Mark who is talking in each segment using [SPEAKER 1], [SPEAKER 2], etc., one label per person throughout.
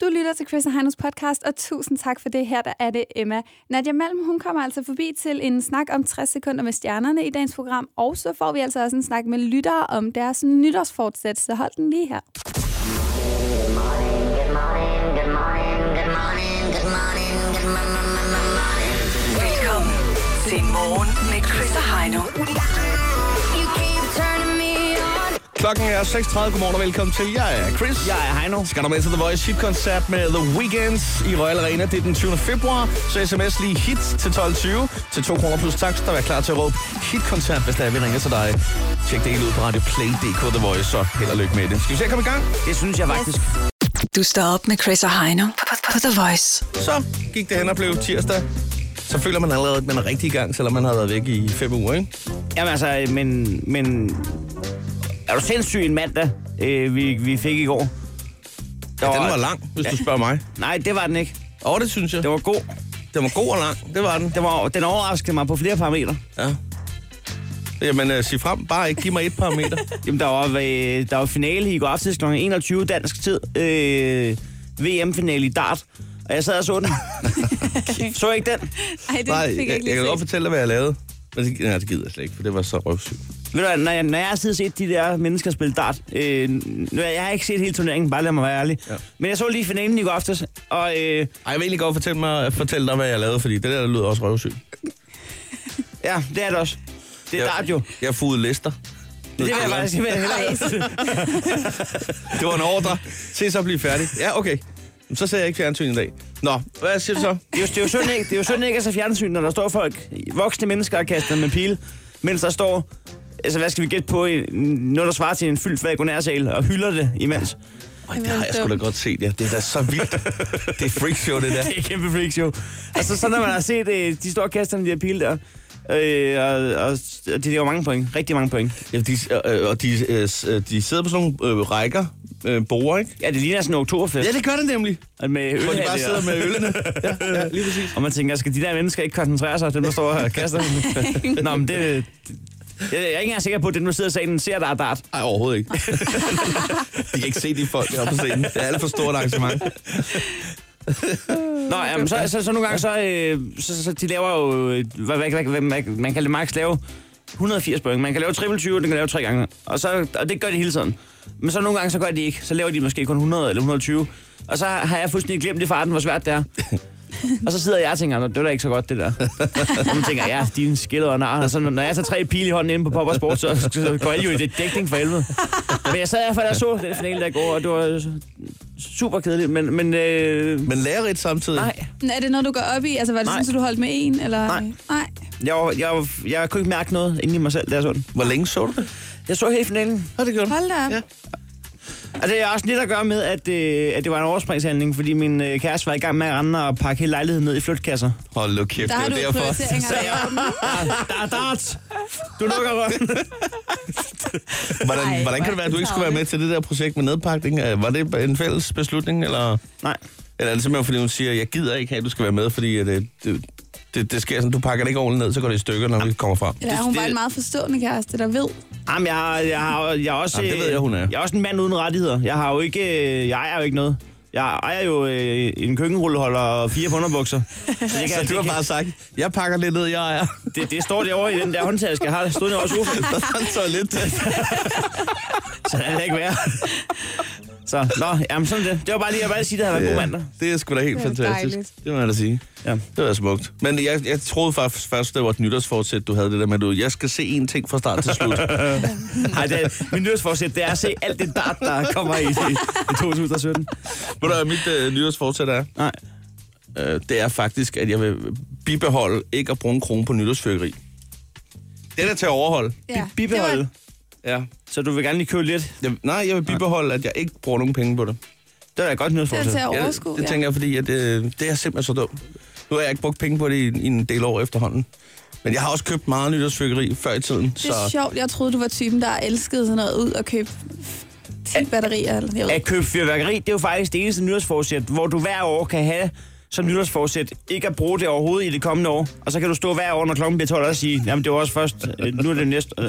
[SPEAKER 1] Du lytter til Chris og Heinos podcast, og tusind tak for det. Her der er det Emma. Nadia Malm, hun kommer altså forbi til en snak om 60 sekunder med stjernerne i dagens program, og så får vi altså også en snak med lyttere om deres nytårsfortsæt, så hold den lige her.
[SPEAKER 2] Velkommen til Morgen med Chris og Heino.
[SPEAKER 3] Klokken er 6.30. Godmorgen og velkommen til. Jeg er Chris.
[SPEAKER 4] Jeg er Heino.
[SPEAKER 3] Skal du med til The Voice Hit-koncert med The Weekends i Royal Arena. Det er den 20. februar, så sms lige hit til 12.20 til 2 kroner plus takst, der er klar til at råbe hit-koncert, hvis der er, vi ringer til dig. Tjek det hele ud på radioplay.dk The Voice, så held og lykke med det. Skal vi se at komme i gang?
[SPEAKER 4] Det synes jeg faktisk.
[SPEAKER 2] Du står op med Chris og Heino på, på The Voice.
[SPEAKER 3] Så gik det hen og blev tirsdag. Så føler man allerede, at man er rigtig i gang, selvom man har været væk i fem uger, ikke?
[SPEAKER 4] Jamen altså, men, men er du sindssyg en mandag, øh, vi, vi fik i går? Der
[SPEAKER 3] Ja, den var lang, hvis du spørger mig.
[SPEAKER 4] Nej, det var den ikke.
[SPEAKER 3] Og det synes jeg.
[SPEAKER 4] Det var god.
[SPEAKER 3] Den var god og lang. Det var den.
[SPEAKER 4] Det var, den overraskede mig på flere parametre.
[SPEAKER 3] Ja. Jamen, øh, sig frem. Bare ikke give mig et par meter.
[SPEAKER 4] Jamen, der var, øh, der var finale i går aftes kl. 21 dansk tid. Øh, VM-finale i dart. Og jeg sad og så den. så ikke den?
[SPEAKER 1] Ej, det
[SPEAKER 3] Nej,
[SPEAKER 1] fik jeg
[SPEAKER 3] jeg, jeg,
[SPEAKER 1] ikke
[SPEAKER 3] jeg
[SPEAKER 1] lige
[SPEAKER 3] kan godt
[SPEAKER 1] set.
[SPEAKER 3] fortælle dig, hvad jeg lavede. Men det, nej, det gider jeg slet ikke, for det var så røvsygt.
[SPEAKER 4] Ved du, hvad, når jeg, når jeg har siddet og set de der mennesker spille dart, øh, nu, jeg har ikke set hele turneringen, bare lad mig være ærlig.
[SPEAKER 3] Ja.
[SPEAKER 4] Ja. Men jeg så lige finalen i går aftes, og øh,
[SPEAKER 3] Ej, jeg vil egentlig godt fortælle, mig, fortælle dig, hvad jeg lavede, fordi det der, der lyder også røvsygt.
[SPEAKER 4] ja, det er det også. Det er
[SPEAKER 3] Jeg-
[SPEAKER 4] dart jo.
[SPEAKER 3] Jeg fugede lister.
[SPEAKER 4] Det vil jeg faktisk det vil jeg hellere.
[SPEAKER 3] Det var en ordre. Se så at blive færdig. Ja, okay. Jamen, Så ser jeg ikke fjernsyn i dag. Nå, hvad siger du så?
[SPEAKER 4] Det er jo, det er jo synd ikke, det er jo synd ikke at se fjernsyn, når der står folk, voksne mennesker og kaster med pile, mens der står, altså hvad skal vi gætte på, en- noget der svarer til en fyldt vagonærsal og hylder det imens.
[SPEAKER 3] Ej, det har jeg sgu da godt set, ja. Det er da så vildt. Det er freakshow, det der.
[SPEAKER 4] Det er et kæmpe freak show. Altså så når man har set, øh, de står og kaster med de her pile der, øh, og, og, og det er jo mange point, rigtig mange point.
[SPEAKER 3] Ja, de, øh, og de, øh, s- øh, de sidder på sådan nogle øh, rækker, øh, borer, ikke?
[SPEAKER 4] Ja, det ligner sådan en oktoberfest.
[SPEAKER 3] Ja, det gør det nemlig.
[SPEAKER 4] Og med øl,
[SPEAKER 3] Hvor de bare sidder med ølene. Ja, ja, lige præcis.
[SPEAKER 4] Og man tænker, skal de der mennesker ikke koncentrere sig, dem der står og kaster? Nå, men det... Jeg er ikke engang sikker på, at den, der sidder i salen, ser, der er dart.
[SPEAKER 3] Nej, overhovedet ikke. de kan ikke se de folk deroppe på scenen. Det er alt for stort arrangement.
[SPEAKER 4] Nå, jamen, så, så, så nogle gange, så, øh, så, så de laver jo, øh, hvad, hvad, hvad, hvad, man, man kan max lave 180 point. Man kan lave triple 20, og den kan lave tre gange. Og, så, og det gør de hele tiden. Men så nogle gange, så gør de ikke. Så laver de måske kun 100 eller 120. Og så har jeg fuldstændig glemt i farten, hvor svært det er. Og så sidder jeg og tænker, "Nå, det var da ikke så godt, det der. Og man tænker, ja, dine skiller og nar. Og så, når jeg tager tre pile i hånden inde på Pop og Sport, så, så går jeg jo i det dækning for helvede. Men jeg sad i hvert fald og så den finale, der går, og det var øh, super kedeligt. Men, men øh,
[SPEAKER 3] Men lærerigt samtidig.
[SPEAKER 4] nej,
[SPEAKER 1] Men Er det noget, du går op i? Altså, var det
[SPEAKER 4] Nej.
[SPEAKER 1] sådan, at du holdt med en? Eller?
[SPEAKER 4] Nej.
[SPEAKER 1] Nej.
[SPEAKER 4] Jeg, var, jeg, var, jeg kunne ikke mærke noget inde i mig selv, da jeg så den.
[SPEAKER 3] Hvor længe så du det?
[SPEAKER 4] Jeg så hele finalen.
[SPEAKER 3] Har det gjort?
[SPEAKER 1] Hold da op.
[SPEAKER 3] Ja.
[SPEAKER 4] Og det har også lidt at gøre med, at, øh, at det var en overspringshandling, fordi min øh, kæreste var i gang med at rende og pakke hele lejligheden ned i flytkasser.
[SPEAKER 3] Hold nu kæft,
[SPEAKER 1] Der har du
[SPEAKER 3] det var derfor.
[SPEAKER 1] prioriteringer.
[SPEAKER 4] Så jeg,
[SPEAKER 3] Ah,
[SPEAKER 4] der, der er darts! Du lukker røven.
[SPEAKER 3] Hvordan,
[SPEAKER 1] Ej,
[SPEAKER 3] hvordan kan det være, at du ikke skulle være med til det der projekt med nedpakning? Øh, Var det en fælles beslutning, eller,
[SPEAKER 4] Nej.
[SPEAKER 3] eller er det simpelthen, fordi hun siger, jeg gider ikke have, at du skal være med, fordi at, øh, det, det, det sker sådan, du pakker det ikke ordentligt ned, så går det i stykker, når vi kommer frem.
[SPEAKER 1] Eller er
[SPEAKER 4] Det-
[SPEAKER 1] hun bare
[SPEAKER 4] det-
[SPEAKER 1] en meget forstående kæreste, der ved?
[SPEAKER 4] Jamen, jeg, har- jeg, har, jeg er også...
[SPEAKER 3] Jamen, det ved
[SPEAKER 4] øh,
[SPEAKER 3] jeg, hun er.
[SPEAKER 4] Jeg er også en mand uden rettigheder. Jeg har jo ikke... øh, Jeg ejer jo ikke noget. Jeg ejer jo øh, en køkkenrulleholder og fire underbukser. Det, kan,
[SPEAKER 3] Så du
[SPEAKER 4] det,
[SPEAKER 3] har bare sagt, jeg pakker lidt ned, jeg er.
[SPEAKER 4] kan- det, det, står derovre i den der håndtaske. Jeg har stået derovre i sofaen.
[SPEAKER 3] så lidt.
[SPEAKER 4] Så det er det ikke værre. Så, nå, jamen sådan er det. Det var bare lige, jeg bare lige sige, det havde været en god mandag.
[SPEAKER 3] det er sgu da helt
[SPEAKER 1] Det er
[SPEAKER 3] fantastisk.
[SPEAKER 1] dejligt.
[SPEAKER 3] Det må jeg da sige.
[SPEAKER 4] Ja.
[SPEAKER 3] Det var smukt. Men jeg, jeg troede faktisk først, det var et nytårsfortsæt, du havde det der med, at du, jeg skal se én ting fra start til slut.
[SPEAKER 4] Ej, det er, min nyhedsforsæt, det er at se alt det dart, der kommer i, i, i 2017.
[SPEAKER 3] Ved du, hvad mit øh, nytårsfortsæt er?
[SPEAKER 4] Nej.
[SPEAKER 3] Øh, det er faktisk, at jeg vil bibeholde ikke at bruge en krone på nytårsfyrkeri. Det er da til at overholde.
[SPEAKER 4] Ja.
[SPEAKER 1] Det
[SPEAKER 4] Bibeholde.
[SPEAKER 1] var-
[SPEAKER 3] Ja.
[SPEAKER 4] Så du vil gerne lige købe lidt.
[SPEAKER 3] Jeg, nej, jeg vil bibeholde, at jeg ikke bruger nogen penge på det.
[SPEAKER 4] Det er da et godt
[SPEAKER 1] Det var
[SPEAKER 4] nyhedsforsæt.
[SPEAKER 1] til at
[SPEAKER 3] Jeg,
[SPEAKER 1] overskue,
[SPEAKER 3] det
[SPEAKER 1] ja.
[SPEAKER 3] tænker jeg, fordi at, øh, det er simpelthen så dumt. Nu har jeg ikke brugt penge på det i, i en del år efterhånden. Men jeg har også købt meget nytårsfyrkeri før i tiden,
[SPEAKER 1] Det er
[SPEAKER 3] så...
[SPEAKER 1] sjovt. Jeg troede, du var typen, der elskede sådan noget ud og købe 10 batterier. Eller, jeg ved.
[SPEAKER 4] At købe fyrværkeri, det er jo faktisk det eneste nyhedsforsæt, hvor du hver år kan have som nytårsforsæt ikke at bruge det overhovedet i det kommende år. Og så kan du stå hver år, når klokken bliver 12 og sige, jamen det var også først, øh, nu er det næste. Øh,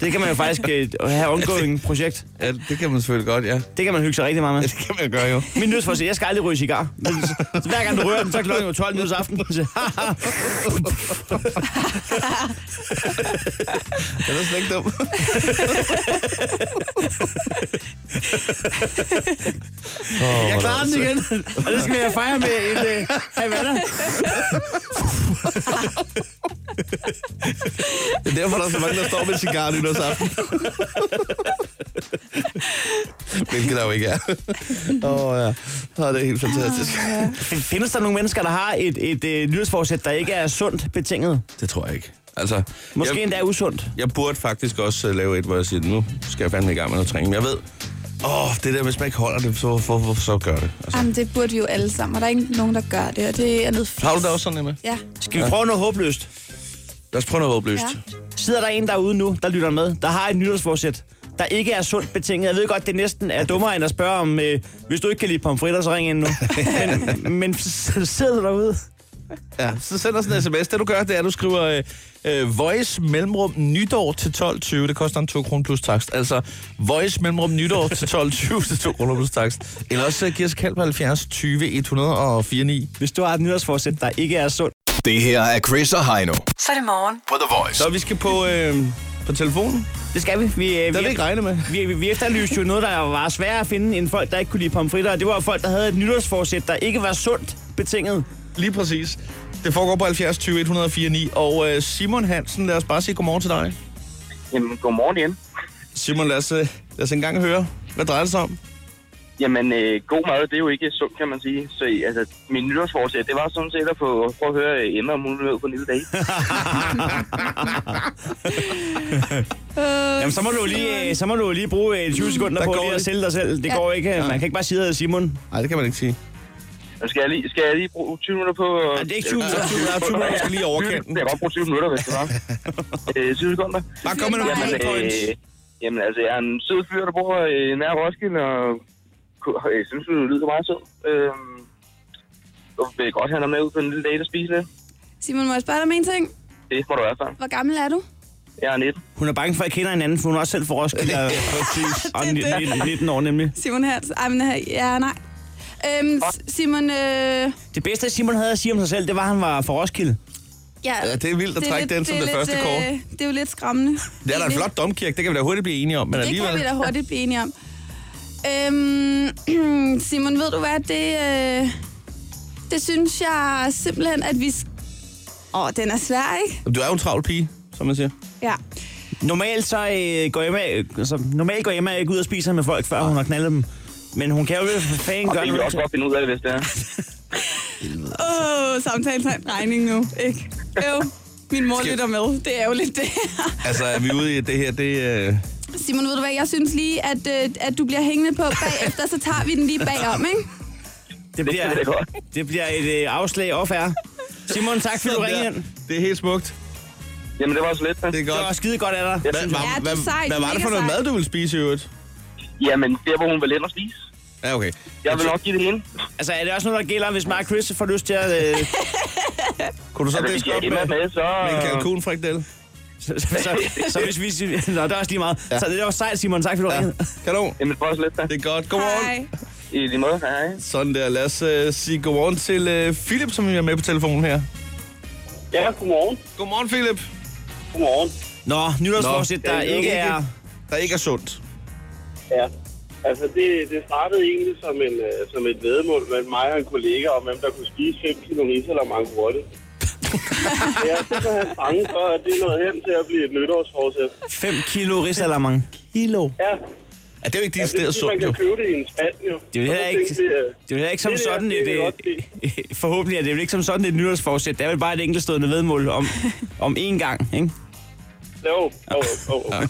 [SPEAKER 4] Det kan man jo faktisk øh, have ongoing projekt.
[SPEAKER 3] Ja, det kan man selvfølgelig godt, ja.
[SPEAKER 4] Det kan man hygge sig rigtig meget
[SPEAKER 3] Ja,
[SPEAKER 4] med.
[SPEAKER 3] det kan man gøre jo.
[SPEAKER 4] Min nytårsforsæt, jeg skal aldrig ryge cigar. Men så- så hver gang du rører den, så er klokken jo 12 nytårsaften. Så, haha.
[SPEAKER 3] Det er da slet ikke dumt. oh,
[SPEAKER 4] Jeg klarer den igen, og det skal jeg fejre med en øh, Havana.
[SPEAKER 3] Det er derfor, der er så mange, der står med cigar nytårsaften. Hvilket der jo ikke er. Åh oh, ja, oh, det er helt fantastisk.
[SPEAKER 4] Ah, Findes der nogle mennesker, der har et, et øh, nytårsforsæt, der ikke er sundt betinget?
[SPEAKER 3] Det tror jeg ikke. Altså,
[SPEAKER 4] Måske
[SPEAKER 3] jeg,
[SPEAKER 4] endda usundt.
[SPEAKER 3] jeg burde faktisk også øh, lave et, hvor jeg siger, nu skal jeg fandme i gang med noget træning. Men jeg ved, åh, oh, det der, hvis man ikke holder det, så, for, for, så gør det. Altså,
[SPEAKER 1] Jamen, det burde vi jo alle sammen, og der er ikke nogen, der gør det, og det er noget
[SPEAKER 3] har du det også sådan, Emma?
[SPEAKER 1] Ja.
[SPEAKER 4] Skal vi prøve noget håbløst?
[SPEAKER 3] Lad os prøve noget opløst.
[SPEAKER 1] Ja.
[SPEAKER 3] Ja.
[SPEAKER 4] Sidder der en derude nu, der lytter med, der har et nytårsforsæt, der ikke er sundt betinget? Jeg ved godt, det næsten er dummere end at spørge om, øh, hvis du ikke kan lide pomfritter, så ring ind nu. men, men s- sidder du derude?
[SPEAKER 3] ja. Så send os en sms. Det du gør, det er, at du skriver øh, øh, voice mellemrum nytår til 12.20. Det koster en 2 kroner plus takst. Altså voice mellemrum nytår til 12.20 til 2 kroner plus takst. Eller også øh, giv os kald på 70 20 104 9.
[SPEAKER 4] Hvis du har et nytårsforsæt, der ikke er sundt.
[SPEAKER 5] Det her er Chris og Heino
[SPEAKER 2] Så er det morgen.
[SPEAKER 5] på The Voice.
[SPEAKER 3] Så vi skal på, øh, på telefonen.
[SPEAKER 4] Det skal vi. Vi, øh,
[SPEAKER 3] Det har vi ikke regnet med.
[SPEAKER 4] vi, vi, vi efterlyste jo noget, der var sværere at finde end folk, der ikke kunne lide pomfritter. Og det var jo folk, der havde et nytårsforsæt, der ikke var sundt betinget.
[SPEAKER 3] Lige præcis. Det foregår på 70 20 104 9. Og øh, Simon Hansen, lad os bare sige godmorgen til dig.
[SPEAKER 6] Jamen, godmorgen igen.
[SPEAKER 3] Simon, lad os, øh, lad os engang høre, hvad drejer det sig om?
[SPEAKER 6] Jamen, øh, god mad, det er jo ikke sundt, kan man sige. Så altså, min nytårsforsæt, det var sådan set at få, prøve at høre øh, Emma, om hun lød på en lille dag.
[SPEAKER 4] Jamen, så må du jo lige, øh, så må du jo lige bruge øh, 20 sekunder
[SPEAKER 3] Der
[SPEAKER 4] på
[SPEAKER 3] går
[SPEAKER 4] lige at
[SPEAKER 3] lidt.
[SPEAKER 4] sælge dig selv. Det
[SPEAKER 1] Ja.
[SPEAKER 4] går ikke. øh, Man kan ikke bare sige, at Simon
[SPEAKER 3] Nej, det kan man ikke sige.
[SPEAKER 6] Men skal jeg lige, skal jeg lige bruge 20 minutter på...
[SPEAKER 4] Nej, det er ikke 20
[SPEAKER 3] Så
[SPEAKER 4] minutter.
[SPEAKER 3] er du skal lige overkende
[SPEAKER 6] Jeg
[SPEAKER 3] den.
[SPEAKER 6] kan godt bruge 20 minutter, hvis det var. øh, 20 sekunder.
[SPEAKER 3] Bare kom med nogle
[SPEAKER 1] Jamen,
[SPEAKER 3] bullet points.
[SPEAKER 6] Øh, jamen, altså, jeg er en sød fyr, der bor øh, nær Roskilde, og ku- øh, synes, du lyder meget sød. Øh, jeg vil godt have dig med ud på en lille date og spise lidt.
[SPEAKER 1] Simon, må jeg spørge dig om en ting?
[SPEAKER 6] Det må du i hvert fald.
[SPEAKER 1] Hvor gammel er du?
[SPEAKER 6] Jeg er 19.
[SPEAKER 4] Hun er bange for, at jeg kender hinanden, for hun er også selv for Roskilde. Ja, præcis. Og
[SPEAKER 1] Det er det.
[SPEAKER 4] ni- ni- 19 år nemlig.
[SPEAKER 1] Simon Hansen. Ej, men øh, ja, nej. Øhm, S- Simon, øh,
[SPEAKER 4] Det bedste, Simon havde at sige om sig selv, det var, at han var fra Roskilde.
[SPEAKER 1] ja,
[SPEAKER 3] Ja, det er vildt at trække
[SPEAKER 1] lidt-
[SPEAKER 3] den som
[SPEAKER 1] er
[SPEAKER 3] det
[SPEAKER 1] lidt,
[SPEAKER 3] første kort.
[SPEAKER 1] Øh, det er jo lidt skræmmende.
[SPEAKER 3] Det er da en
[SPEAKER 1] Egentlig.
[SPEAKER 3] flot domkirke, det kan vi da hurtigt blive enige om, men
[SPEAKER 1] Det
[SPEAKER 3] alligevel...
[SPEAKER 1] kan vi da hurtigt blive enige om. Øhm, Simon, ved du hvad, det, øh, det synes jeg simpelthen, at vi... sk- Åh, oh, den er svær, ikke?
[SPEAKER 3] Du er jo en travl pige, som man siger.
[SPEAKER 1] Ja.
[SPEAKER 4] Normalt så øh, går Emma, øh, altså, normalt går Emma ikke ud og spiser med folk, før hun har knaldet dem. Men hun kan jo ikke for fanden
[SPEAKER 6] Og
[SPEAKER 4] gøre
[SPEAKER 6] det vil
[SPEAKER 4] noget.
[SPEAKER 6] jeg også godt finde ud af, hvis det er.
[SPEAKER 1] Åh, oh, samtale tager en regning nu, ikke? Jo, min mor
[SPEAKER 3] Skal-
[SPEAKER 1] lytter med. Det er jo lidt det her.
[SPEAKER 3] Altså, er vi ude i at det her, det... Øh...
[SPEAKER 1] Simon, ved du hvad, jeg synes lige, at, øh, at du bliver hængende på bagefter, så tager vi den lige bagom, ikke?
[SPEAKER 4] Det
[SPEAKER 6] Det
[SPEAKER 4] bliver,
[SPEAKER 6] er det godt.
[SPEAKER 4] det bliver et øh, afslag off -air. Simon, tak fordi du ringede ind.
[SPEAKER 3] Det er helt smukt.
[SPEAKER 6] Jamen, det var så lidt.
[SPEAKER 3] Det er
[SPEAKER 4] Det
[SPEAKER 3] godt.
[SPEAKER 4] var skide godt af dig.
[SPEAKER 6] Jeg
[SPEAKER 3] Hvad,
[SPEAKER 6] synes,
[SPEAKER 3] hvad,
[SPEAKER 1] Ja, du er
[SPEAKER 3] hvad,
[SPEAKER 1] sej,
[SPEAKER 3] hvad
[SPEAKER 1] du er
[SPEAKER 3] var det for
[SPEAKER 1] mega
[SPEAKER 3] noget
[SPEAKER 1] sej.
[SPEAKER 3] mad, du ville spise i øvrigt?
[SPEAKER 6] Jamen, der hvor hun vil ind og spise.
[SPEAKER 3] Ja, okay.
[SPEAKER 6] Jeg vil nok give det hende.
[SPEAKER 4] Altså, er det også noget, der gælder, hvis Mark Chris får lyst til at... Øh,
[SPEAKER 3] Kunne du så
[SPEAKER 6] Altså, hvis
[SPEAKER 3] diske
[SPEAKER 6] jeg
[SPEAKER 3] op
[SPEAKER 6] ender
[SPEAKER 3] med,
[SPEAKER 6] med, så...
[SPEAKER 3] med en kalkunfrikdel?
[SPEAKER 4] så, så, så, så, hvis vi... siger- Nå, det er også lige meget. Så det var sejt, Simon. Tak fordi du
[SPEAKER 3] Ja.
[SPEAKER 4] ringede.
[SPEAKER 3] Kan du?
[SPEAKER 6] Jamen, det var så lidt da.
[SPEAKER 3] Det er godt. Godmorgen.
[SPEAKER 1] Hej.
[SPEAKER 6] I lige måde, hej.
[SPEAKER 3] Sådan der. Lad os øh, sige godmorgen til øh, Philip, som er med på telefonen her.
[SPEAKER 6] Ja, godmorgen.
[SPEAKER 3] Godmorgen, Philip.
[SPEAKER 6] Godmorgen.
[SPEAKER 4] Nå, nytårsforsæt,
[SPEAKER 3] Nå,
[SPEAKER 4] der
[SPEAKER 3] det er
[SPEAKER 4] ikke
[SPEAKER 3] ikke-
[SPEAKER 4] er...
[SPEAKER 3] Der ikke er sundt.
[SPEAKER 7] Ja. Altså, det, det startede egentlig som, en, øh, som et vedmål mellem mig og en kollega om, hvem der kunne spise 5 kilo risalamang hurtigt. ja, så kan han fange for, at det nåede hen til at blive et nytårsforsæt.
[SPEAKER 4] 5 kilo risalamang. Kilo.
[SPEAKER 7] Ja,
[SPEAKER 3] Ja, det er jo ikke
[SPEAKER 7] ja
[SPEAKER 3] dit
[SPEAKER 7] det
[SPEAKER 3] sted
[SPEAKER 7] er fordi,
[SPEAKER 3] at sundt,
[SPEAKER 7] man
[SPEAKER 3] jo.
[SPEAKER 7] kan købe det i en spand, jo.
[SPEAKER 4] Det er jo
[SPEAKER 7] Og så
[SPEAKER 4] heller ikke,
[SPEAKER 7] tænkte vi, øh,
[SPEAKER 4] det er jo heller ikke som
[SPEAKER 7] det der,
[SPEAKER 4] sådan
[SPEAKER 7] det
[SPEAKER 4] et...
[SPEAKER 7] kan vi
[SPEAKER 4] øh,
[SPEAKER 7] godt lide.
[SPEAKER 4] Forhåbentlig er det vel ikke som sådan et nytårsforsæt. Det er vel bare et enkeltstående vedmål om, om én gang, ikke?
[SPEAKER 7] Jo, jo, jo, jo.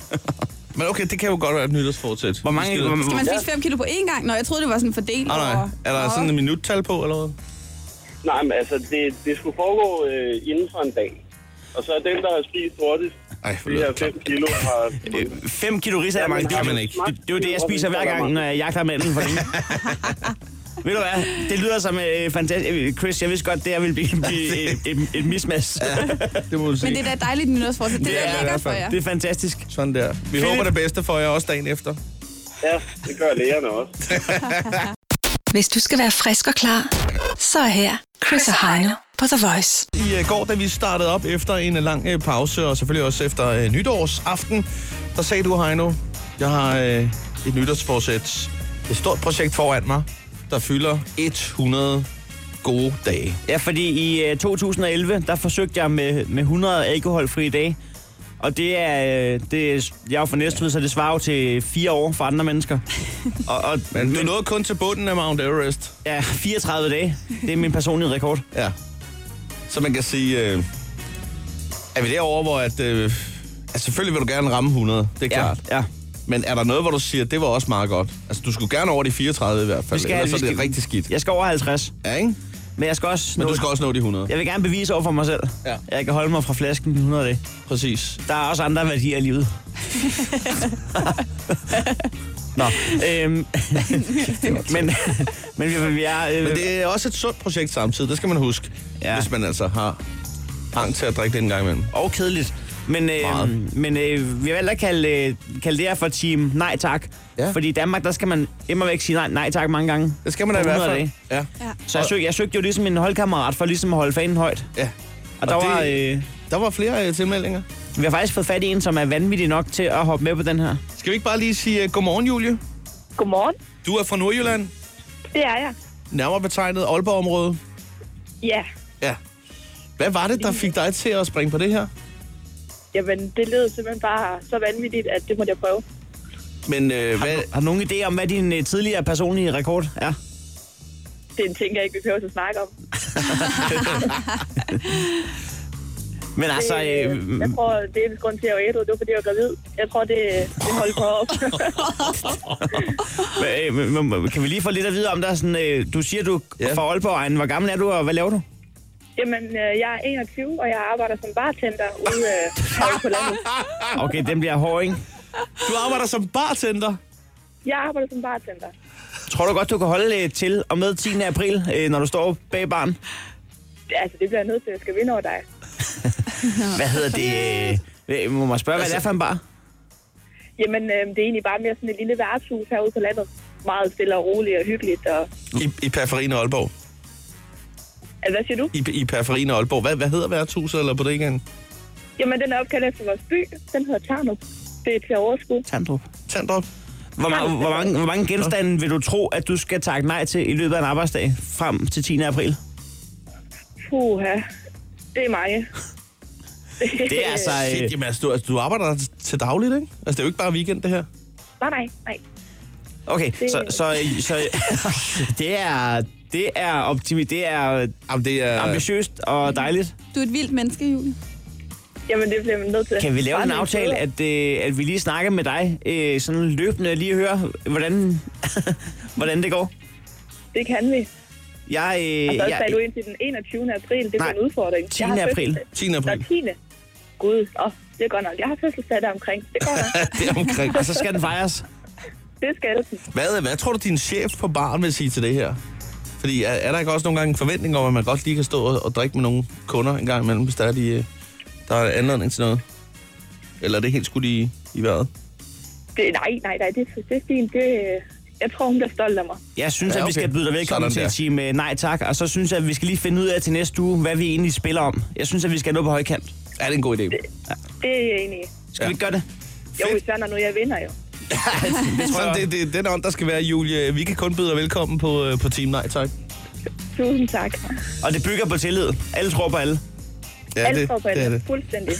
[SPEAKER 3] Men okay, det kan jo godt være et nytårsfortsæt.
[SPEAKER 4] Hvor mange...
[SPEAKER 3] Måske-
[SPEAKER 4] Hvor,
[SPEAKER 1] Skal man
[SPEAKER 4] hvor,
[SPEAKER 1] spise 5 kilo på én gang? Nå, jeg troede, det var sådan fordelt
[SPEAKER 3] Ah, nej.
[SPEAKER 1] over-
[SPEAKER 3] Er der
[SPEAKER 1] Nå.
[SPEAKER 3] sådan et minuttal på, eller hvad?
[SPEAKER 7] Nej, men altså, det, det skulle foregå øh, inden for en dag. Og så er den, der har spist hurtigst,
[SPEAKER 3] Ej, for
[SPEAKER 7] de her 5 kilo, har...
[SPEAKER 4] 5 kilo risalamang,
[SPEAKER 7] Jamen,
[SPEAKER 4] det, er
[SPEAKER 7] kan
[SPEAKER 4] jo-
[SPEAKER 7] man ikke.
[SPEAKER 4] Det, det, er jo det, jeg spiser hver gang, når jeg jagter manden for længe. Ved du hvad? Det lyder som øh, fantastisk. Øh, Chris, jeg vidste godt, det her ville blive, blive et, et, et mismatch. Ja,
[SPEAKER 3] Det må du
[SPEAKER 1] Men
[SPEAKER 3] sige.
[SPEAKER 1] det er da dejligt nytårsforsæt. Det, er
[SPEAKER 3] Det er det
[SPEAKER 1] da
[SPEAKER 3] i
[SPEAKER 1] lækkert
[SPEAKER 3] hvert
[SPEAKER 1] for
[SPEAKER 3] fald.
[SPEAKER 1] jer.
[SPEAKER 4] Det er fantastisk.
[SPEAKER 3] Sådan der. Vi Philip. håber det bedste for jer også dagen efter.
[SPEAKER 7] Ja, det gør lægerne også.
[SPEAKER 8] Hvis du skal være frisk og klar, så er her Chris og Heino på The Voice.
[SPEAKER 3] I uh, går, da vi startede op efter en øh, lang uh, pause, og selvfølgelig også efter uh, nytårsaften, der sagde du, Heino, jeg har uh, et nytårsforsæt. Et stort projekt foran mig, der fylder 100 gode dage.
[SPEAKER 4] Ja, fordi i øh, 2011, der forsøgte jeg med, med 100 alkoholfri dage. Og det er, øh, det er, jeg er jo fra Næstved, så det svarer jo til fire år for andre mennesker. Og, og,
[SPEAKER 3] Men du nåede kun til bunden af Mount Everest.
[SPEAKER 4] ja, 34 dage. Det er min personlige rekord.
[SPEAKER 3] Ja. Så man kan sige, øh, er vi derovre, hvor at, øh, altså selvfølgelig vil du gerne ramme 100, det er
[SPEAKER 4] Ja,
[SPEAKER 3] klart.
[SPEAKER 4] ja.
[SPEAKER 3] Men er der noget, hvor du siger, det var også meget godt? Altså, du skulle gerne over de 34 i hvert fald,
[SPEAKER 4] skal-
[SPEAKER 3] ellers
[SPEAKER 4] vi
[SPEAKER 3] er det
[SPEAKER 4] skal-
[SPEAKER 3] rigtig skidt.
[SPEAKER 4] Jeg skal over 50,
[SPEAKER 3] Ja, ikke?
[SPEAKER 4] men jeg skal også...
[SPEAKER 3] Men
[SPEAKER 4] nå-
[SPEAKER 3] du skal også nå de 100.
[SPEAKER 4] Jeg vil gerne bevise over for mig selv,
[SPEAKER 3] Ja.
[SPEAKER 4] at jeg kan holde mig fra flasken i 100 dage.
[SPEAKER 3] Præcis.
[SPEAKER 4] Der er også andre værdier i livet. Nå, øhm, men, men vi, vi er... Øh,
[SPEAKER 3] Men det er også et sundt projekt samtidig, det skal man huske.
[SPEAKER 4] Ja.
[SPEAKER 3] Ja. Hvis man altså har hang til at drikke det en gang imellem.
[SPEAKER 4] og kedeligt. Men, øh,
[SPEAKER 3] Meget.
[SPEAKER 4] men øh, vi har valgt at kalde, øh, kalde det her for Team Nej Tak. Ja.
[SPEAKER 3] Ja.
[SPEAKER 4] Fordi i Danmark, der skal man immer væk sige nej, nej tak mange gange.
[SPEAKER 3] Det skal man da i
[SPEAKER 4] På
[SPEAKER 3] hvert
[SPEAKER 4] 100
[SPEAKER 3] fald.
[SPEAKER 4] dage.
[SPEAKER 3] Ja.
[SPEAKER 1] Ja.
[SPEAKER 4] Så jeg søgte, jeg søgte jo ligesom en holdkammerat for ligesom at holde fanen højt.
[SPEAKER 3] ja.
[SPEAKER 4] Og, der,
[SPEAKER 3] Og
[SPEAKER 4] var,
[SPEAKER 3] det-
[SPEAKER 4] øh,
[SPEAKER 3] Der var flere øh, tilmeldinger.
[SPEAKER 4] vi har faktisk fået fat i en, som er vanvittig nok til at hoppe med på den her.
[SPEAKER 3] Skal vi ikke bare lige sige uh, godmorgen, Julie?
[SPEAKER 9] Godmorgen.
[SPEAKER 3] Du er fra Nordjylland,
[SPEAKER 9] Det er jeg.
[SPEAKER 3] nærmere betegnet Aalborg-området.
[SPEAKER 9] Ja.
[SPEAKER 3] Ja. Hvad var det, der fik dig til at springe på det her?
[SPEAKER 9] Jamen, det lød simpelthen bare så vanvittigt, at det måtte jeg prøve.
[SPEAKER 3] Men øh, hvad...
[SPEAKER 4] Har du nogen idé om, hvad din øh, tidligere personlige rekord er?
[SPEAKER 9] Det er en ting, jeg ikke behøver at snakke om.
[SPEAKER 4] Men altså, øh,
[SPEAKER 9] jeg tror, det er en grund til, at jeg var ædru. Det var, fordi jeg var gravid. Jeg tror, det, det holdt på op.
[SPEAKER 4] øh, øh, kan vi lige få lidt at vide om dig? Sådan, øh, du siger, du er
[SPEAKER 3] Ja.
[SPEAKER 4] fra Aalborg. Hvor gammel er du, og hvad laver du?
[SPEAKER 9] Jamen, øh, jeg er 21, og jeg arbejder som bartender ude øh, herude på landet.
[SPEAKER 4] Okay, den bliver hård, ikke?
[SPEAKER 3] Du arbejder som bartender.
[SPEAKER 9] Jeg arbejder som bartender.
[SPEAKER 4] Tror du godt, du kan holde øh, til og med 10. april, øh, når du står bag barn?
[SPEAKER 9] Det- Altså, det bliver jeg nødt til, at jeg skal vinde over dig.
[SPEAKER 4] Hvad hedder det? Øh, øh, må man spørge, hvad det er for en bar?
[SPEAKER 9] Jamen, øh, det er egentlig bare mere sådan et lille værtshus herude på landet. Meget stille og roligt og hyggeligt. Og...
[SPEAKER 3] I, i periferien af Aalborg.
[SPEAKER 9] Altså, hvad siger du?
[SPEAKER 3] I, i periferien af Aalborg. Hvad, hvad hedder værtshuset eller bodegaen?
[SPEAKER 9] Jamen, den er opkaldt efter vores by. Den hedder Tarnup. Det er til overskud.
[SPEAKER 4] Tandrup.
[SPEAKER 3] Tandrup.
[SPEAKER 4] Hvor, ma- hvor, mange, hvor mange genstande vil du tro, at du skal takke nej til i løbet af en arbejdsdag frem til 10. april?
[SPEAKER 9] Puha. Det er mig.
[SPEAKER 4] Det er altså...
[SPEAKER 3] Shit,
[SPEAKER 4] Øh,
[SPEAKER 3] jamen, altså, du, altså, du arbejder t- til dagligt, ikke? Altså, det er jo ikke bare weekend, det her.
[SPEAKER 9] Nej, nej, nej.
[SPEAKER 4] okay, så... så, øh, så øh, det er... Det er optimi, det er øh,
[SPEAKER 3] Jamen, det er...
[SPEAKER 4] ambitiøst og dejligt.
[SPEAKER 1] Du er et vildt menneske, Julie.
[SPEAKER 3] Ah,
[SPEAKER 9] Jamen, det bliver man nødt til.
[SPEAKER 4] Kan vi lave
[SPEAKER 9] Bare
[SPEAKER 4] en
[SPEAKER 9] nogle
[SPEAKER 4] aftale,
[SPEAKER 9] steder.
[SPEAKER 4] at, øh, at vi lige snakker med dig øh, sådan løbende lige høre, hvordan, hvordan det går?
[SPEAKER 9] Det kan vi. Altså,
[SPEAKER 4] Jeg, øh,
[SPEAKER 9] Og så
[SPEAKER 4] jeg,
[SPEAKER 9] sagde du ind til den 21. april. Det
[SPEAKER 4] Nej,
[SPEAKER 9] bliver en udfordring. Jeg
[SPEAKER 4] 10.
[SPEAKER 9] har
[SPEAKER 4] april.
[SPEAKER 9] fødselsdag-
[SPEAKER 3] 10.
[SPEAKER 9] Nå,
[SPEAKER 3] april.
[SPEAKER 9] 10. Gud, åh, det er godt nok. Jeg har fødselsdag der omkring. Det går nok.
[SPEAKER 3] Det er omkring.
[SPEAKER 4] og så skal den fejres.
[SPEAKER 9] Det skal den.
[SPEAKER 3] Hvad, hvad tror du, din chef på baren vil sige til det her? Fordi er, er der ikke også nogle gange en forventning om, at man godt lige kan stå og, og drikke med nogle kunder en gang imellem, hvis der er, de, øh, der er anledning til noget? Eller er det helt skudt i, i vejret?
[SPEAKER 9] Det, nej, nej, nej. Det, det er fint. Det, jeg tror, hun bliver stolt af mig.
[SPEAKER 4] Jeg synes, ja,
[SPEAKER 3] Ja,
[SPEAKER 4] okay. at
[SPEAKER 3] okay.
[SPEAKER 4] vi skal byde dig velkommen
[SPEAKER 3] Sådan
[SPEAKER 4] til
[SPEAKER 3] der.
[SPEAKER 4] at sige med nej tak, og så synes jeg, at vi skal lige finde ud af til næste uge, hvad vi egentlig spiller om. Jeg synes, at vi skal nå på højkant.
[SPEAKER 3] Er det en god idé?
[SPEAKER 9] Det er jeg enig i.
[SPEAKER 4] Skal ja.
[SPEAKER 3] Ja.
[SPEAKER 4] vi ikke gøre det?
[SPEAKER 9] Jo,
[SPEAKER 3] Fedt.
[SPEAKER 9] især når nu jeg vinder jo.
[SPEAKER 3] Det, tror jeg, det, det, den ånd, der skal være, Julie. Vi kan kun byde dig velkommen på, øh, på Team Nej, tak.
[SPEAKER 9] Tusind tak.
[SPEAKER 4] Og det bygger på tillid. Alle tror på alle.
[SPEAKER 3] Ja,
[SPEAKER 9] Alt
[SPEAKER 3] det,
[SPEAKER 9] for på
[SPEAKER 3] det er det.
[SPEAKER 9] Fuldstændig.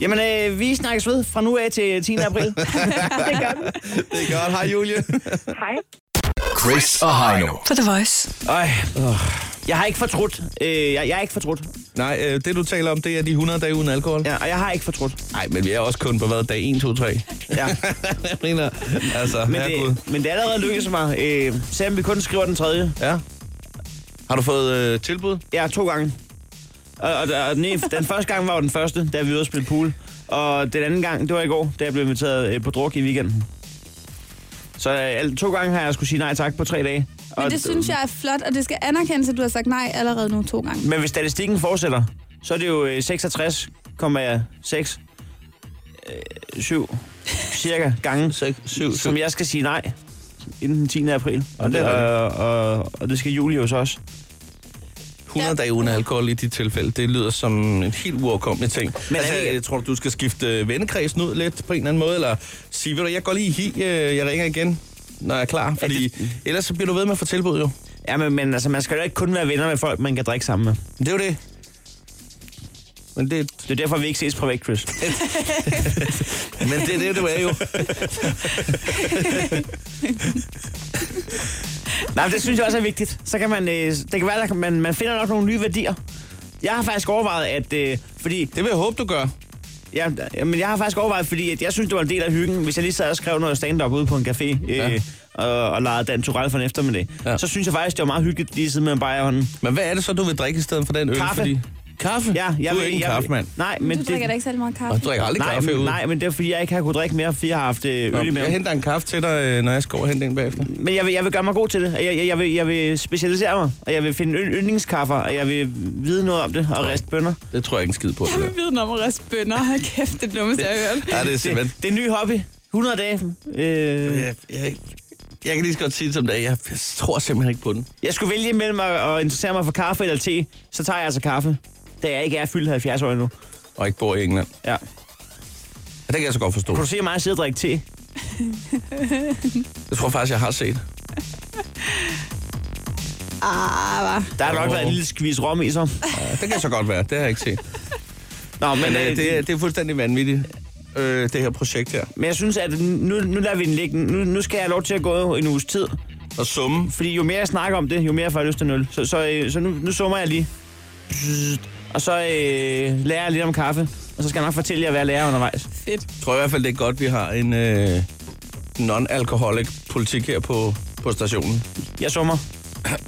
[SPEAKER 4] Jamen, øh, vi snakkes ved fra nu af til 10. april.
[SPEAKER 9] Det gør vi.
[SPEAKER 3] Det er godt. Hej, Julie.
[SPEAKER 9] Hej.
[SPEAKER 5] Chris og Heino.
[SPEAKER 8] På The Voice.
[SPEAKER 4] Øj, øh. jeg har ikke fortrudt. Øh, jeg, jeg er ikke fortrudt.
[SPEAKER 3] Nej, øh, det du taler om, det er de 100 dage uden alkohol.
[SPEAKER 4] Ja, og jeg har ikke fortrudt.
[SPEAKER 3] Nej, men vi er også kun på hvad? Dag 1, 2, 3.
[SPEAKER 4] Ja.
[SPEAKER 3] Jeg mener, altså,
[SPEAKER 4] Men,
[SPEAKER 3] herregud.
[SPEAKER 4] det, men det er allerede lykkedes mig. Øh, selvom vi kun skriver den tredje.
[SPEAKER 3] Ja. Har du fået øh, tilbud?
[SPEAKER 4] Ja, to gange. Og, og, og den, ene- den første gang var jo den første, da vi var ude at spille pool. Og den anden gang, det var i går, da jeg blev inviteret øh, på druk i weekenden. Så øh, al- to gange har jeg skulle sige nej tak på tre dage.
[SPEAKER 1] Men det synes jeg er flot, og det skal anerkendes, at du har sagt nej allerede nu to gange.
[SPEAKER 4] Men hvis statistikken fortsætter, så er det jo øh, 66,6 øh, 7 cirka gange,
[SPEAKER 3] 6, 7, 7.
[SPEAKER 4] som jeg skal sige nej inden den 10. april. Og
[SPEAKER 3] det
[SPEAKER 4] det,
[SPEAKER 3] er
[SPEAKER 4] og, og, og det skal Julie jo så også.
[SPEAKER 3] 100 dage uden alkohol i dit tilfælde, det lyder som en helt uoverkommelig ting. Men altså,
[SPEAKER 4] er det-
[SPEAKER 3] jeg tror, du skal skifte øh, vennekredsen ud lidt på en eller anden måde, eller sige, ved du, jeg går lige hi, øh, jeg ringer igen, når jeg er klar, fordi ellers så bliver du ved med at få tilbud jo.
[SPEAKER 4] Ja, men, men altså, man skal jo ikke kun være venner med folk, man kan drikke sammen med.
[SPEAKER 3] Men Det er jo det. Men det,
[SPEAKER 4] Det er derfor, vi ikke ses privat, Chris.
[SPEAKER 3] men det, er det, du er jo.
[SPEAKER 4] Nej, men det synes jeg også er vigtigt. Så kan man, øh, det kan være, at man, man finder nok nogle nye værdier. Jeg har faktisk overvejet, at... Øh, fordi,
[SPEAKER 3] Det vil jeg håbe, du gør.
[SPEAKER 4] ja, ja, men jeg har faktisk overvejet, fordi at jeg synes, det var en del af hyggen. Hvis jeg lige sad og skrev noget stand-up ude på en café, øh,
[SPEAKER 3] Ja.
[SPEAKER 4] ja. og, og lejede Dan Turell for en eftermiddag,
[SPEAKER 3] Ja.
[SPEAKER 4] ja. så synes jeg faktisk, det var meget hyggeligt lige sidde med en bajer i hånden.
[SPEAKER 3] Men hvad er det så, du vil drikke i stedet for den øl?
[SPEAKER 4] Kaffe.
[SPEAKER 3] Kaffe?
[SPEAKER 4] Ja, jeg
[SPEAKER 3] du er
[SPEAKER 4] vil-
[SPEAKER 3] ikke en
[SPEAKER 4] jeg,
[SPEAKER 3] kaffemand.
[SPEAKER 4] Nej, men
[SPEAKER 1] du drikker da ikke særlig meget
[SPEAKER 3] Og
[SPEAKER 1] kaffe.
[SPEAKER 3] du drikker aldrig
[SPEAKER 4] nej,
[SPEAKER 3] kaffe
[SPEAKER 4] men,
[SPEAKER 3] ud.
[SPEAKER 4] nej, men det er fordi, jeg ikke har kunnet drikke mere, fordi jeg har haft øh, øl i
[SPEAKER 3] Nå, jeg
[SPEAKER 4] maven.
[SPEAKER 3] henter en kaffe til dig, øh, når jeg skal over og hente en bagefter.
[SPEAKER 4] Men jeg vil, jeg vil gøre mig god til det. Jeg, jeg, jeg, vil, jeg vil specialisere mig, og jeg vil finde ynd- yndlingskaffer, og jeg vil vide noget om det, og riste bønder.
[SPEAKER 3] Det tror jeg ikke en skid på. Det,
[SPEAKER 1] Jeg
[SPEAKER 3] der.
[SPEAKER 1] vil vide om at riste bønder. Hold kæft, det dummeste, jeg har hørt.
[SPEAKER 3] Ja, det er simpelthen...
[SPEAKER 4] Det er en ny hobby. 100 dage. Øh,
[SPEAKER 3] Jeg, jeg, jeg kan lige så godt sige det som det er. Jeg, jeg tror simpelthen ikke på den.
[SPEAKER 4] jeg skulle vælge mellem at, at interessere mig for kaffe eller te, så tager jeg altså kaffe, da jeg ikke er fyldt 70 år endnu.
[SPEAKER 3] Og ikke bor i England.
[SPEAKER 4] Ja.
[SPEAKER 3] Ja, det kan jeg så godt forstå.
[SPEAKER 4] Kunne du se mig sidde og drikke te?
[SPEAKER 3] Jeg tror faktisk, jeg har set.
[SPEAKER 4] Der har nok
[SPEAKER 3] Åh.
[SPEAKER 4] været en lille skvis rom i så.
[SPEAKER 3] Ja, det kan så godt være. Det har jeg ikke set.
[SPEAKER 4] Nå, men,
[SPEAKER 3] Men
[SPEAKER 4] øh,
[SPEAKER 3] øh, det, er- det er fuldstændig vanvittigt, øh, det her projekt her.
[SPEAKER 4] men jeg synes, at nu, nu lader vi den ligge. Nu, nu skal jeg have lov til at gå en uges tid.
[SPEAKER 3] Og summe.
[SPEAKER 4] Fordi jo mere jeg snakker om det, jo mere får jeg lyst til nul. Så, så, øh, så nu, nu summer jeg lige. Og så øh, lærer jeg lidt om kaffe. Og så skal jeg nok fortælle jer, hvad jeg lærer undervejs.
[SPEAKER 1] Fedt.
[SPEAKER 3] tror i hvert fald, det er godt, vi har en øh, non-alkoholik politik her på, på stationen.
[SPEAKER 4] Jeg summer.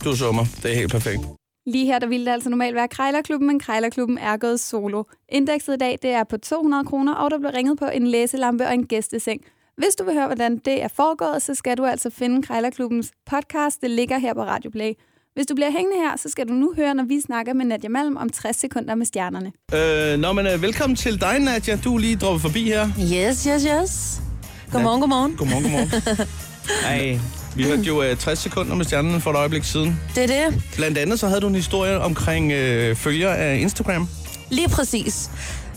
[SPEAKER 3] Du summer. Det er helt perfekt.
[SPEAKER 1] Lige her, der ville det altså normalt være Krejlerklubben, men Krejlerklubben er gået solo. Indekset i dag, det er på 200 kroner, og der blev ringet på en læselampe og en gæsteseng. Hvis du vil høre, hvordan det er foregået, så skal du altså finde Krejlerklubbens podcast. Det ligger her på Radio Play. Hvis du bliver hængende her, så skal du nu høre, når vi snakker med Nadia Malm om 60 sekunder med stjernerne.
[SPEAKER 3] Øh, nå, men øh, velkommen til dig, Nadia. Du er lige droppet forbi her.
[SPEAKER 10] Yes, yes, yes. Godmorgen, godmorgen.
[SPEAKER 3] Godmorgen, godmorgen.
[SPEAKER 4] Ej,
[SPEAKER 3] vi hørte jo øh, 60 sekunder med stjernen for et øjeblik siden.
[SPEAKER 10] Det er det.
[SPEAKER 3] Blandt andet så havde du en historie omkring øh, følger af Instagram.
[SPEAKER 10] Lige præcis.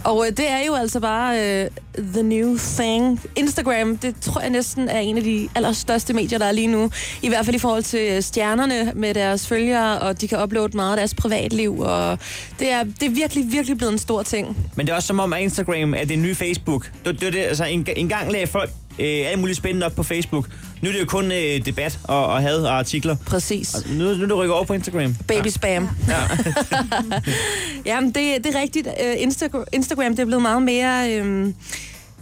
[SPEAKER 10] Og øh, det er jo altså bare øh, the new thing. Instagram, det tror jeg næsten er en af de allerstørste medier, der er lige nu. I hvert fald i forhold til øh, stjernerne med deres følgere, og de kan uploade meget af deres privatliv. Og det er, det er virkelig, virkelig blevet en stor ting.
[SPEAKER 4] men det er også som om, at Instagram er det nye Facebook. Det, det, det, altså, en, en gang lagde folk øh, alt muligt spændende op på Facebook. Nu er det jo kun øh, debat og, og had og artikler.
[SPEAKER 10] Præcis.
[SPEAKER 4] Og Nu, nu er det rykket over på Instagram.
[SPEAKER 10] Baby spam. Ja. Jamen, det, det er rigtigt. Øh, Insta- Instagram det er blevet meget mere... Øh,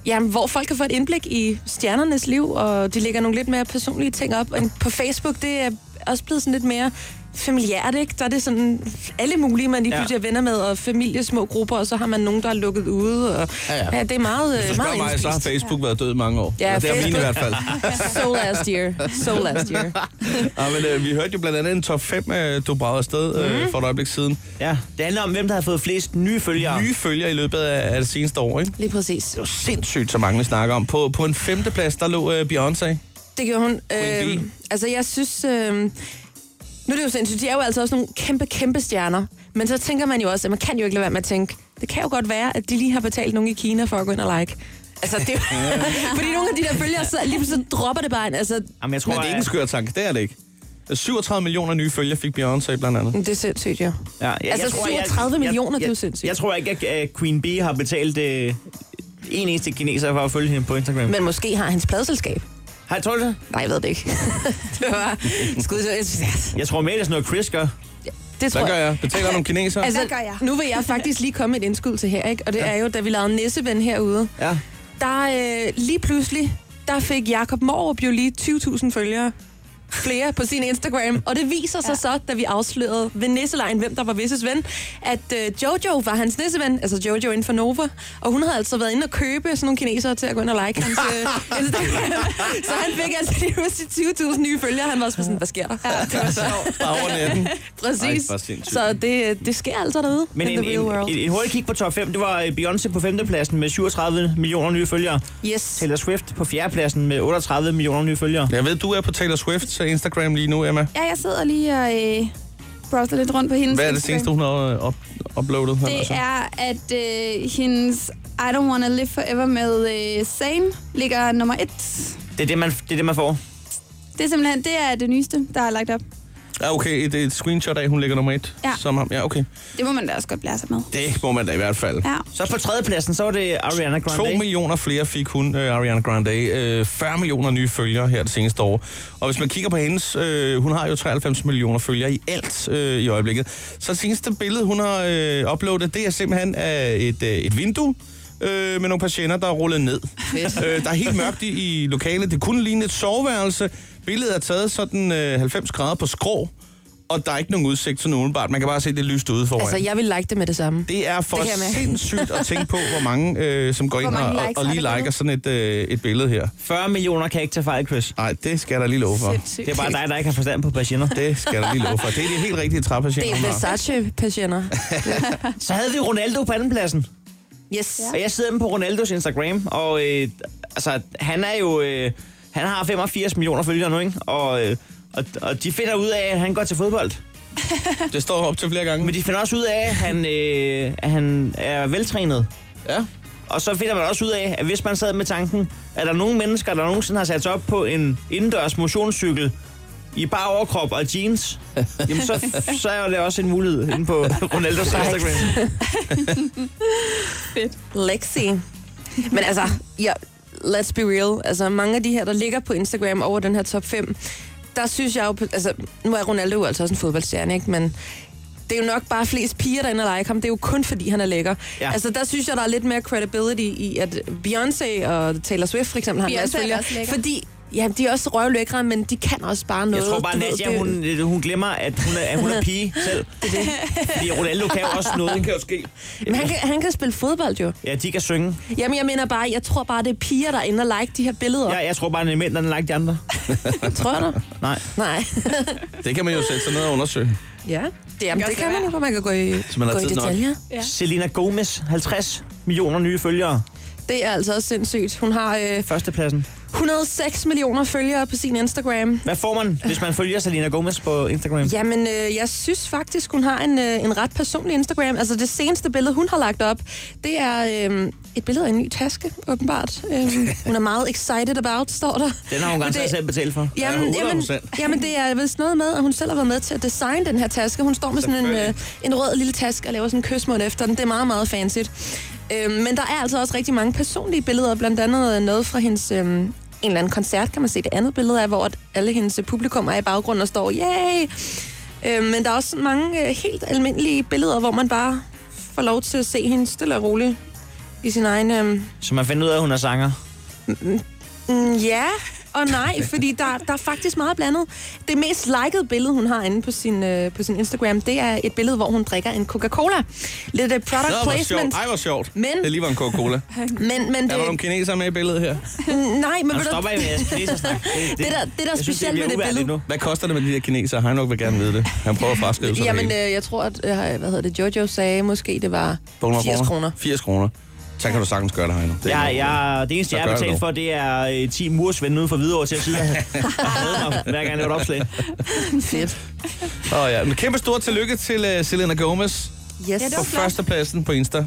[SPEAKER 10] jamen, hvor folk kan få et indblik i stjernernes liv, og de lægger nogle lidt mere personlige ting op. Og på Facebook, det er også blevet sådan lidt mere familiært, ikke? Der er det sådan alle mulige, man lige
[SPEAKER 4] Ja.
[SPEAKER 10] pludselig er venner med, og familie, små grupper, og så har man nogen, der er lukket ude. Og,
[SPEAKER 3] Ja,
[SPEAKER 10] ja,
[SPEAKER 3] ja.
[SPEAKER 10] ja. ja, det er meget,
[SPEAKER 3] Hvis
[SPEAKER 10] øh,
[SPEAKER 3] du spørger
[SPEAKER 10] meget
[SPEAKER 3] mig, så har
[SPEAKER 10] indspist.
[SPEAKER 3] Facebook været død i mange år.
[SPEAKER 10] Ja,
[SPEAKER 3] Og det er min i
[SPEAKER 10] Facebook.
[SPEAKER 3] hvert fald.
[SPEAKER 10] So last year. So last year.
[SPEAKER 3] ja, men, øh, vi hørte jo blandt andet en top 5, øh, du bragte afsted øh,
[SPEAKER 10] Mhm.
[SPEAKER 3] for et øjeblik siden.
[SPEAKER 4] Ja, det handler om, hvem der har fået flest nye følgere.
[SPEAKER 3] Nye følger i løbet af, af det seneste år, ikke?
[SPEAKER 10] Lige præcis.
[SPEAKER 3] Det var sindssygt, så mange vi snakker om. På, på en femteplads, der lå øh, Beyoncé.
[SPEAKER 10] Det gjorde hun.
[SPEAKER 3] Queen Bee.
[SPEAKER 10] Øh, altså, jeg synes... Øh, nu er det jo sindssygt. De er jo altså også nogle kæmpe, kæmpe stjerner. Men så tænker man jo også, at man kan jo ikke lade være med at tænke, det kan jo godt være, at de lige har betalt nogen i Kina for at gå ind og like. Altså, det er jo... Fordi nogle af de der følgere, så lige pludselig dropper det bare ind. Altså,
[SPEAKER 4] Jamen, jeg tror,
[SPEAKER 3] Men det er ikke en
[SPEAKER 4] at-
[SPEAKER 3] skør tanke, det er det ikke. 37 millioner nye følger fik Beyoncé blandt andet.
[SPEAKER 10] det er sindssygt, jo.
[SPEAKER 4] Ja, jeg,
[SPEAKER 10] Altså, 37 millioner, det er jo sindssygt.
[SPEAKER 4] Jeg tror ikke, at, at Queen Bee har betalt øh, en eneste kineser for at følge hende på Instagram. Men,
[SPEAKER 10] Men måske har hans pladselskab.
[SPEAKER 4] har jeg tror det?
[SPEAKER 10] Nej, jeg ved det ikke. det var... Skud, jeg synes,
[SPEAKER 4] Jeg tror mere, det er sådan noget, Chris gør.
[SPEAKER 10] det tror
[SPEAKER 3] Hvad
[SPEAKER 10] jeg.
[SPEAKER 3] gør jeg? Betaler nogle kinesere?
[SPEAKER 10] Altså,
[SPEAKER 1] Hvad gør jeg?
[SPEAKER 10] nu vil jeg faktisk lige komme med et indskud til her, ikke? Og det er jo, da vi lavede Nisseven herude,
[SPEAKER 4] Ja.
[SPEAKER 10] der øh, lige pludselig, der fik Jakob Morup jo lige 20.000 følgere. flere på sin Instagram. Og det viser sig ja. så, da vi afslørede ved Nisselejen, hvem der var Visses ven, at øh, Jojo var hans nisseven, altså Jojo inden for Nova. Og hun havde altså været inde og købe sådan nogle kinesere til at gå ind og like hans øh, Instagram. så han fik altså lige pludselig 20.000 nye følgere. Han var også sådan, hvad sker der? Ja, det var sjovt.
[SPEAKER 3] Bare over natten.
[SPEAKER 10] Altså, Præcis.
[SPEAKER 4] Ej, hvor sindssygt.
[SPEAKER 10] så det, det sker altså derude.
[SPEAKER 4] Men
[SPEAKER 10] in
[SPEAKER 4] en,
[SPEAKER 10] the real
[SPEAKER 4] en,
[SPEAKER 10] world.
[SPEAKER 4] en, en hurtig kig på top 5, det var øh, Beyoncé på 5. pladsen med 37 millioner nye følgere.
[SPEAKER 10] øh, Yes.
[SPEAKER 4] Taylor Swift på 4. pladsen med 38 millioner nye følgere.
[SPEAKER 3] Jeg ved, du er på Taylor Swift's øh, Instagram lige nu, Emma.
[SPEAKER 1] Ja, jeg sidder lige og øh, browser lidt rundt på hendes
[SPEAKER 3] Hvad er det
[SPEAKER 1] Instagram.
[SPEAKER 3] seneste, hun har øh, up- uploadet? altså?
[SPEAKER 1] Det er, at øh, hendes I Don't Wanna Live Forever med øh, Zayn ligger nummer et.
[SPEAKER 4] Det er det, man, det er det, man får.
[SPEAKER 1] Det er simpelthen det, er det nyeste, der er lagt op.
[SPEAKER 3] Ja, okay, det er et screenshot af, hun ligger nummer et.
[SPEAKER 1] Ja.
[SPEAKER 3] Som ham. Ja, okay.
[SPEAKER 1] Det må man da også godt blære sig med.
[SPEAKER 3] Det må man da i hvert fald.
[SPEAKER 1] Ja.
[SPEAKER 4] Så på 3. pladsen, så var det Ariana Grande.
[SPEAKER 3] 2 millioner flere fik hun, øh, Ariana Grande. Øh, 40 millioner nye følgere her det seneste år. Og hvis man kigger på hendes, øh, hun har jo 93 millioner følgere i alt øh, i øjeblikket. Så det seneste billede, hun har øh, uploadet, det er simpelthen af et, øh, et vindue øh, med nogle patienter, der er rullet ned. øh, der er helt mørkt i, i lokalet. Det kunne ligne et soveværelse. Billedet er taget sådan øh, 90 grader på skrå, og der er ikke nogen udsigt sådan udenbart. Man kan bare se det lyst ude foran.
[SPEAKER 10] Altså, jeg vil like det med det samme.
[SPEAKER 3] Det er for
[SPEAKER 10] Det kan jeg mærke.
[SPEAKER 3] sindssygt at tænke på, hvor mange, øh, som går
[SPEAKER 1] Hvor
[SPEAKER 3] ind og,
[SPEAKER 1] mange
[SPEAKER 3] og,
[SPEAKER 1] likes
[SPEAKER 3] og
[SPEAKER 1] har
[SPEAKER 3] lige
[SPEAKER 1] det
[SPEAKER 3] liker
[SPEAKER 1] givet?
[SPEAKER 3] sådan et, øh, et billede her.
[SPEAKER 4] 40 millioner kan ikke tage fejl, Chris.
[SPEAKER 3] Nej, det skal jeg da lige love for.
[SPEAKER 10] Sindssygt.
[SPEAKER 4] Det er bare dig, der ikke har forstand på patienter.
[SPEAKER 3] Det skal jeg da lige love for. Det er de helt rigtige
[SPEAKER 10] Det
[SPEAKER 3] træpatienter,
[SPEAKER 10] er
[SPEAKER 3] hun har.
[SPEAKER 10] Versace-patienter.
[SPEAKER 4] Så havde vi Ronaldo på andenpladsen.
[SPEAKER 10] Yes.
[SPEAKER 4] Og jeg sidder inde på Ronaldos Instagram, og øh, altså, han er jo... Øh, han har 85 millioner følgere nu, ikke? Og, øh, og, og de finder ud af, at han går til fodbold.
[SPEAKER 3] Det står op til flere gange.
[SPEAKER 4] Men de finder også ud af, at han, øh, at han er veltrænet.
[SPEAKER 3] Ja.
[SPEAKER 4] Og så finder man også ud af, at hvis man sad med tanken, at der er nogle mennesker, der nogensinde har sat sig op på en indendørs motionscykel i bare overkrop og jeans, jamen så, så er det også en mulighed inde på Ronaldos Instagram.
[SPEAKER 10] Lexi. Men altså, ja, let's be real. Altså, mange af de her, der ligger på Instagram over den her top 5, der synes jeg jo... på- Altså, nu er Ronaldo jo altså også en fodboldstjerne, ikke? Men det er jo nok bare flest piger, der er inde og like ham. Det er jo kun, fordi han er lækker.
[SPEAKER 4] Ja.
[SPEAKER 10] Ja. Altså, der synes jeg, der er lidt mere credibility i, at Beyoncé og Taylor Swift for eksempel har en
[SPEAKER 1] Beyoncé
[SPEAKER 10] masse
[SPEAKER 1] er
[SPEAKER 10] følgere.
[SPEAKER 1] også lækker.
[SPEAKER 10] Fordi, ja, de er også røvlækre, men de kan også bare noget.
[SPEAKER 4] Jeg tror bare,
[SPEAKER 10] du ved,
[SPEAKER 4] Nadia,
[SPEAKER 10] det-
[SPEAKER 4] hun, øh, hun glemmer, at hun er, at hun er pige selv. Fordi Ronaldo kan jo også noget. Det kan jo ske.
[SPEAKER 10] Men han kan, han kan spille fodbold jo.
[SPEAKER 4] Ja, de kan synge.
[SPEAKER 10] Jamen, jeg mener bare, jeg tror bare, det er piger, der er inde og like de her billeder.
[SPEAKER 4] Jeg, jeg tror bare, at mænd, der er lagt de andre.
[SPEAKER 10] Tror du?
[SPEAKER 4] Nej.
[SPEAKER 10] Nej.
[SPEAKER 3] Det kan man jo sætte sig ned og undersøge.
[SPEAKER 10] Ja, det, jamen,
[SPEAKER 1] Det
[SPEAKER 10] det
[SPEAKER 1] kan
[SPEAKER 10] kan man
[SPEAKER 1] være.
[SPEAKER 10] jo, hvor man kan gå i,
[SPEAKER 3] man har
[SPEAKER 10] gå i
[SPEAKER 3] tid nok.
[SPEAKER 10] detaljer.
[SPEAKER 1] Ja.
[SPEAKER 4] Selena Gomez, 50 millioner nye følgere.
[SPEAKER 10] Det er altså også sindssygt. Hun har øh,
[SPEAKER 4] Førstepladsen.
[SPEAKER 10] 106 millioner følgere på sin Instagram.
[SPEAKER 4] Hvad får man, hvis man følger Selena Gomez på Instagram?
[SPEAKER 10] Jamen, øh, jeg synes faktisk, hun har en, øh, en ret personlig Instagram. Altså, det seneste billede, hun har lagt op, det er øh, et billede af en ny taske, åbenbart. Øh, hun er meget excited about, står der.
[SPEAKER 4] Den har hun
[SPEAKER 10] Men
[SPEAKER 4] ganske selv betalt for.
[SPEAKER 10] Jamen, jamen,
[SPEAKER 3] 100%.
[SPEAKER 10] jamen, det er vist noget med, at hun selv har været med til at designe den her taske. Hun står med sådan en, øh, en rød lille taske og laver sådan en kysmund efter den. Det er meget, meget fancy. Øhm, men der er altså også rigtig mange personlige billeder, blandt andet øh, noget fra hendes... Øhm, en eller anden koncert kan man se det andet billede af, hvor at alle hendes øh, publikum er i baggrunden og står, yay! Øhm, men der er også sådan mange øh, helt almindelige billeder, hvor man bare får lov til at se hende stille og roligt i sin egen... Øhm,
[SPEAKER 4] Så man finder ud af, at hun er sanger.
[SPEAKER 10] Mm, Ja og nej, fordi der, der er faktisk meget blandet. Det mest likede billede, hun har inde på sin, øh, på sin Instagram, det er et billede, hvor hun drikker en Coca-Cola. Lidt øh, product
[SPEAKER 3] Nå, hvor sjovt.
[SPEAKER 10] placement.
[SPEAKER 3] Ej, hvor sjovt.
[SPEAKER 10] Men-
[SPEAKER 3] Det er lige var en Coca-Cola.
[SPEAKER 10] Men, men
[SPEAKER 3] Er
[SPEAKER 10] det,
[SPEAKER 3] der nogle kinesere med i billedet her?
[SPEAKER 10] nej, men
[SPEAKER 4] Nu
[SPEAKER 10] ved du,
[SPEAKER 4] stopper jeg med at spise og snakke.
[SPEAKER 10] det, der, det der er specielt med det billede...
[SPEAKER 4] Nu.
[SPEAKER 3] Hvad koster det med de der kinesere? Heinok vil gerne vide det. Han prøver at fraskrive sig
[SPEAKER 10] Jamen,
[SPEAKER 3] det hele.
[SPEAKER 10] øh, jeg tror, at øh, hvad hedder det, Jojo sagde, måske det var 80 øh, kroner.
[SPEAKER 3] 80 kroner. Så kan du sagtens gøre det, Heino. Det er
[SPEAKER 4] Jeg,
[SPEAKER 3] ikke noget
[SPEAKER 4] jeg, det eneste,
[SPEAKER 3] Så
[SPEAKER 4] jeg
[SPEAKER 3] gør
[SPEAKER 4] har
[SPEAKER 3] det
[SPEAKER 4] betalt
[SPEAKER 3] dog.
[SPEAKER 4] for, det er øh, 10 mursvende ude for Hvidovre til at sidde og og hade mig, hver gang jeg laver et opslag.
[SPEAKER 10] Fedt.
[SPEAKER 3] problem. Åh, ja. Men kæmpe stor tillykke til uh, Selena Gomez.
[SPEAKER 10] Yes. Ja,
[SPEAKER 3] på førstepladsen på Insta.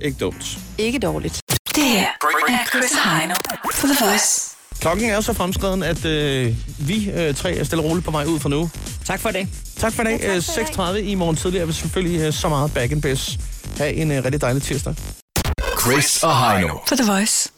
[SPEAKER 3] Ikke dumt.
[SPEAKER 10] Ikke dårligt.
[SPEAKER 8] Det her er Chris og Heino på The Voice.
[SPEAKER 3] Klokken er jo så fremskreden, at øh, vi øh, tre er stille og roligt på vej ud fra nu.
[SPEAKER 4] Tak for i dag.
[SPEAKER 3] Tak for i dag. Øh, 6.30 i morgen tidlig er vi selvfølgelig øh, så meget back and best. Ha' en øh, rigtig dejlig tirsdag.
[SPEAKER 5] Chris og Heino.
[SPEAKER 8] På The Voice.